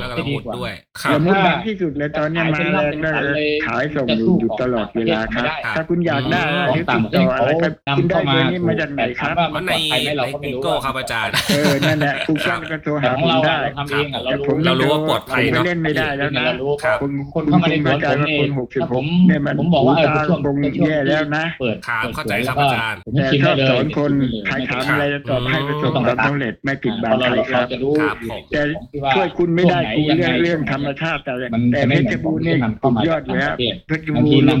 S2: แล้วก็ละมุดด้วย ครับ
S3: ละมุดดังที่สุดเลยตอนนี้มาแรงได้เลยขายส่งอยู่อยู่ตลอดเวลาครับ
S2: ครับ
S3: ถ้าคุณอยากได้
S4: ขอ
S3: ห
S4: ง
S3: รือ
S4: ต่า
S3: ติ
S4: ง
S3: ด
S4: ประเท
S3: ต่ออะ
S4: ศเขา
S3: ไรก็คุณ
S4: นำ
S3: ได้เบอ
S4: เข้ามา
S3: ร์นี้มาจากไหนครับ
S4: ว่า
S2: มั
S4: มัน น
S2: ใน
S4: ปลอดภัยไหม
S2: ใน
S4: เราก็ไม่
S2: กิ
S4: รู้
S2: โก้ครับอาจารย์
S3: เออนั่นแหละคุณจ้างก็โทรหาผ
S4: แต่ขอ
S3: ม
S4: งเรา
S3: ได้
S4: เราทำเองอะเรารู้
S2: เรารู้ว่าปลอดภัยเนอะ
S3: เล่นไม่ได้แล้วนะ
S2: ครับ
S3: คน
S4: คนเข้ามาในสวนผมเอง
S3: หกสิบห
S4: ถ้าผ
S3: ก
S4: ม
S3: เนี่ยมัน
S4: ผมบอกว่าเออช่วง
S3: คง
S4: ช่วง
S3: แย่แล้วนะ
S4: เปิด
S2: ครับ
S4: ปิด
S2: เข้าใจ
S4: แล้ว
S2: ครับ
S4: ก็
S2: อาจารย์
S4: ผม
S3: แต่
S4: ชิม
S3: ช
S4: ได้
S3: อบส
S4: เลย
S3: อนคนใครถาม
S4: ม่
S3: อะไรจะตอบให้ประสบความสำเร็จไม่ปิดบัง
S4: เพราะ
S3: ใคร
S4: เรา
S3: ครั
S4: เรา
S3: บ
S4: จะรู้
S2: ครับผม
S3: แต่
S4: ที่ว่า
S3: ช่วยคุณไม่ได้
S4: ช่ว
S3: คุณ
S4: หน
S3: เรื่อง
S4: ยัไ
S3: เรื่องธรรมชาติแต่
S4: มัน
S3: แต่
S4: จะ
S3: เพ
S4: ไม่
S3: ชรบูรณ์
S4: ห
S3: เนี่ย
S4: มือ
S3: สุ
S4: น
S3: ดยอด
S4: ที่
S3: แล้
S4: นำ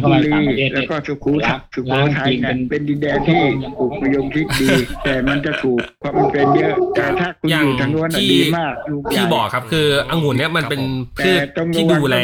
S3: ว
S4: เข้ามาจากต่างประเทศ
S3: เพชรบูรณ์ลพบุรีแล้วก็สุโขุทัยสุโขทัยเนี่ยเป็นดินแดนที่ปลูกมะยงชิดดี แต่มันจะถูกเพราะมันเป็นเยอะแต่ถ้าคุณอยู่ทางโน้นน่ะดีมากลูกใหญ่
S2: ที่บอกครับคือองุ่นเนี่ยมันเป็นพืชที่ดูแล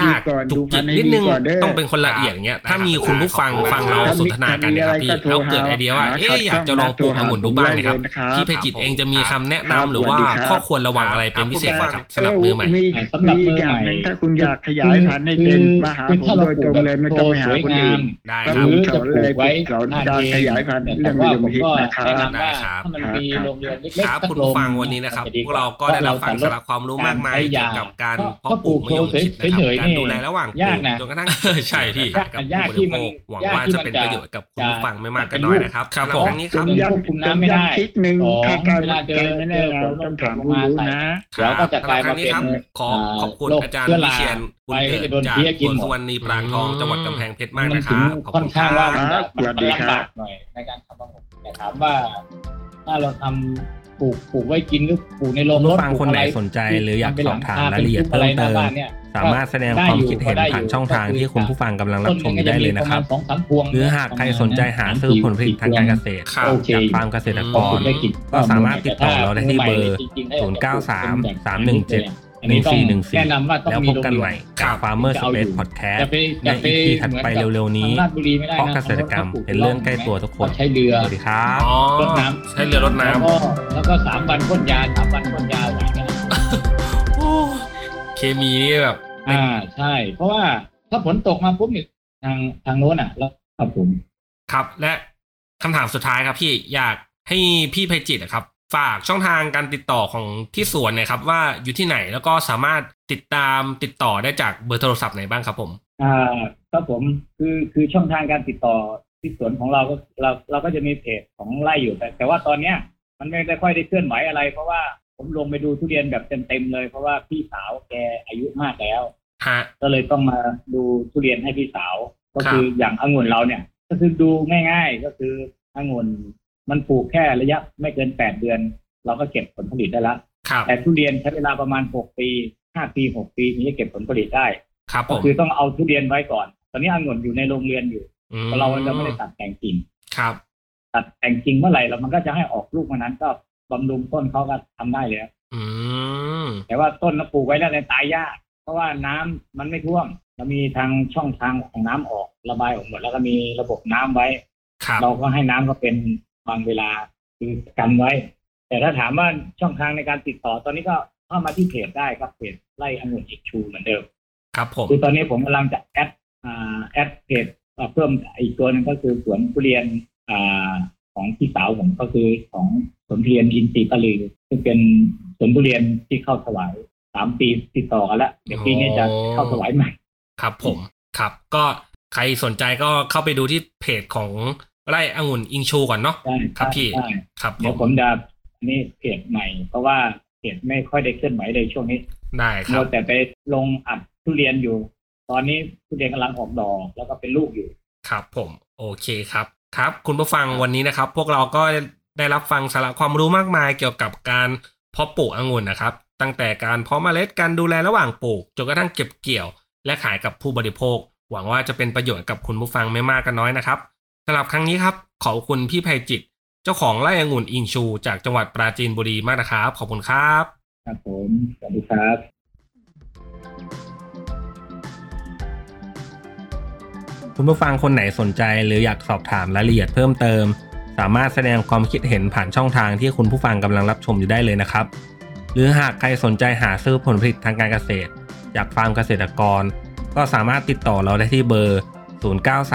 S2: ยากถูกจิตนิดนึงต้องเป็นคนละเอียดเงี้ยถ้ามีคุณผู้ฟังฟังเราสนทนากันนะครับพี่แล้วเกิดไอเดียว่าเอ๊ะอยากจะลองปลูกองุ่นดูบ้างนะครับพี่เพจิตเองจะมีคำแนะนำหรือว่าข้อควรระวังอะไรเป็นพิเศษไหมครับสำหรับมือใหม่
S3: มี
S4: สำหรับมือใหม่
S3: อย่างหนึ่งถ้าคุณอยากขยายพันธุ์ให้เป็นมาหาผมโดยตรงเลยไม่ต้องไปหาคนอื่น
S2: ได้
S4: ห
S2: ค
S3: ถ้า
S2: รับ
S3: ผมสอน
S4: รือจะปลู
S3: เลย
S4: กไว้
S3: สอน
S4: หน้
S3: การ
S4: ดิน
S3: ขยายพันธุ์
S4: แต่
S3: เรื่อง
S4: ว่า
S3: เรื่อง
S4: ผม
S3: ฮิต
S4: ก็
S3: นะครับ
S4: แนะนำว่าถ้ามันมีโรงเรียนเล็กๆ
S2: ครับ
S4: สัก
S2: คุณ
S4: โรง
S2: ผู้ฟังวันนี้นะครับพวกเราก็ได้รับฟังสาระความรู้มากมายเกี่ยวกับการเพาะปลูกมะยงชิดนะครับการดูแลระหว่างปลูกจนกระทั่ง ใช่พี่กับผู้บริโภคหวังว่าจะเป็นประโยชน์กับคุณผู้ฟังไม่มากก็น้อยนะครับครับผมนี้ค
S3: ต้
S2: รั
S3: อบ งยัก
S4: ควบคุมน้ำไม่ได้
S3: คิดหนึ่ง
S4: สอง
S3: ถ้าการ
S4: เวลาเจอ
S3: ไม่แน่เราต้องถามผู้รู้นะ
S2: ครับ
S4: แล้วก็จะกลายมาเป็น
S2: สำหรับครั้งครับขอ
S4: เอ่อ
S2: ขอบคุณ
S4: โรค
S2: อาจารย์
S4: เชื้อ
S2: วิ
S4: รา
S2: เชียนคุณเกิด
S4: ไปก็จะโดน
S2: จาก
S4: เพี้ย
S2: ส
S4: กิน
S2: วน
S4: หมด
S2: สุวรรณีปรางทองจังหวัดกำแพงเพชรมาก
S4: มัน
S2: นะค
S4: ถึง
S2: รับขอบ
S4: ค่อ
S2: คุ
S4: น
S2: ณค
S4: ข้าง
S2: รั
S4: ว่า
S2: บ
S4: มันจะมัน
S3: สวัสดีครับ
S4: ลำา
S3: บ
S4: กหน่อยในการทำประมงแต่ถามว่า ถ้าเราทำปลูกปลูกไว้กินหรือปลูกในโรงรถ
S2: ฟังคนไหนสนใจหรืออยากสอบถามรายละเอียดเพิ่มเติม สามารถแสดงความคิดเห็นผ่านช่องทางที่คุณผู้ฟังกำลังรับชมอยู่ได้เลยนะครับ
S4: สองสามพวง
S1: หรือหากใครสนใจหาซื้อผลผลิตทางการเกษตร
S2: ครับ
S4: โอเค
S1: จากฟาร์มเกษตรกร
S4: ได้กิน
S1: ก็สามารถติดต่อเราได้ที่เบอร์ 093
S4: อันนี้ต้อง
S1: 1414
S4: แนะนำว่าต้อง
S1: แล้วพ
S4: มี
S1: บ
S4: โรง
S1: กัน
S4: เรีย
S1: ใหม่
S4: น
S1: กับ Farmer
S4: จะเอาอยู่
S1: Space Podcast
S4: จะไป
S1: ใน
S4: จะไป
S1: EP ถัดไปเร็วๆนี้
S4: ทางลาดบุรีไม่ได้
S1: เพราะ
S4: นะ
S1: เกษตรกรรมเป็นเรื่องใกล้ตัวทุกคน
S4: ใช้เรือ
S1: สวัสดีครับ
S2: อ๋อ
S4: รดน้ำ
S2: ใช้เรือรดน้
S4: แล้วก็แล้วก็สามวันพ่นยาสามวันพ่นยาหวานยา
S2: ำโอ้เคมีนี่แบบ
S4: อ่าใช่ เพราะว่าถ้าฝนตกมาปุ๊บเนี่ยทางทางโน้นอ่ะ แล้วครับผม
S2: ครับและคำถามสุดท้ายครับพี่อยากให้พี่เพจิตนะครับ ฝากช่องทางการติดต่อของที่สวนหนะครับ ว่าอยู่ที่ไหนแล้วก็สามารถติดตามติดต่อได้จากเบอร์โทรศัพท์ไหนบ้างครับผม
S4: อ่าครับผมคือคือช่องทางการติดต่อที่สวนของเราก็เราเราก็จะมีเพจของไร่อยู่แต่แต่ว่าตอนเนี้ย มันไม่ได้ค่อยได้เคลื่อนไหวอะไร เพราะว่าผมลงไปดูทุเรียนแบบเต็มๆเลย เพราะว่าพี่สาวแกอายุมากแล้ว
S2: ฮะ
S4: ก็เลยต้องมาดูทุเรียนให้พี่สาว ก็
S2: ครับ
S4: คืออย่างองุ่นเราเนี่ย ก็คือดูง่าย ๆ ก็คือองุ่นมันปลูกแค่ระยะไม่เกินแปดเดือน เราก็เก็บผลผลิตได้ละ
S2: ครับ
S4: แต่ทุเรียนใช้เวลาประมาณหกปีห้าปีหกปีถึงจะเก็บผลผลิตได้
S2: ครับผ
S4: ก็
S2: ม
S4: คือต้องเอาทุเรียนไว้ก่อน ตอนนี้องุ่นอยู่ในโรงเรือนอยู่
S2: ม
S4: เราจะไม่ได้ตัดแต่งกิ่ง
S2: ครับ
S4: ตัดแต่งกิ่งเมื่อไหร่แล้วมันก็จะให้ออกลูกเมื่อนั้นก็บำรุงต้นเขาก็ทำได้แล้ว
S2: อืม
S4: แต่ว่าต้นเราปลูกไว้แล้วในยตายยาก เพราะว่าน้ำมันไม่ท่วมเรามีทางช่องทางของน้ำออกระบายออกหมดแล้วก็มีระบบน้ำไว้
S2: ครับ
S4: เราก็ให้น้ำก็เป็นบางเวลาคือกันไว้ แต่ถ้าถามว่าช่องทางในการติดต่อตอนนี้ก็เข้ามาที่เพจได้ครับเพจไล่องุ่นอีกชูเหมือนเดิม
S2: ครับผม
S4: คือตอนนี้ผมกำลังจะแอดอ่าแอดเพจเอ่อเพิ่มอีกตัวหนึงก็คือสวนทุเรียนอ่าของพี่สาวผมก็คือของสวนทุเรียนอินทรีย์ปะลือซึ่งเป็นสวนทุเรียนที่เข้าถวายสามปีติดต่อกันแล้วเดี๋ยวปีนี้จะเข้าถวายใหม่
S2: ครับผมครับก็ใครสนใจก็เข้าไปดูที่เพจของไร่องุ่นอิงชูก่อนเนาะ
S4: ได้
S2: ครับพี่
S4: ได้
S2: ครับผ
S4: เดี๋ยวผมมจะนี่เพจใหม่ เพราะว่าเพจไม่ค่อยได้เคลื่อนไหวเลยช่วงนี้
S2: ได้ครั
S4: เรา
S2: บ
S4: แต่ไปลงอัดทุเรียนอยู่ ตอนนี้ทุเรียนกำลังออกดอกแล้วก็เป็นลูกอยู่
S2: ครับผมโอเคครับครับ คุณผู้ฟังวันนี้นะครับ พวกเราก็ได้รับฟังสาระความรู้มากมายเกี่ยวกับการเพาะปลูกองุ่นนะครับ ตั้งแต่การเพาะเมล็ดการดูแลระหว่างปลูกจนกระทั่งเก็บเกี่ยว และขายกับผู้บริโภค หวังว่าจะเป็นประโยชน์กับคุณผู้ฟังไม่มากก็น้อยนะครับสำหรับครั้งนี้ครับขอบคุณพี่ภัยจิต เจ้าของไร่องุ่นอิงชู จากจังหวัดปราจีนบุรีมากนะครับ ขอบคุณครับ
S4: ครับผมสวัสดีครับ
S2: คุณผู้ฟังคนไหนสนใจหรืออยากสอบถามรายละเอียดเพิ่มเติม สามารถแสดงความคิดเห็นผ่านช่องทางที่คุณผู้ฟังกำลังรับชมอยู่ได้เลยนะครับ หรือหากใครสนใจหาซื้อผลผลิตทางการเกษตร จากฟาร์มเกษตรกร ก็สามารถติดต่อเราได้ที่เบอร์ 0933171414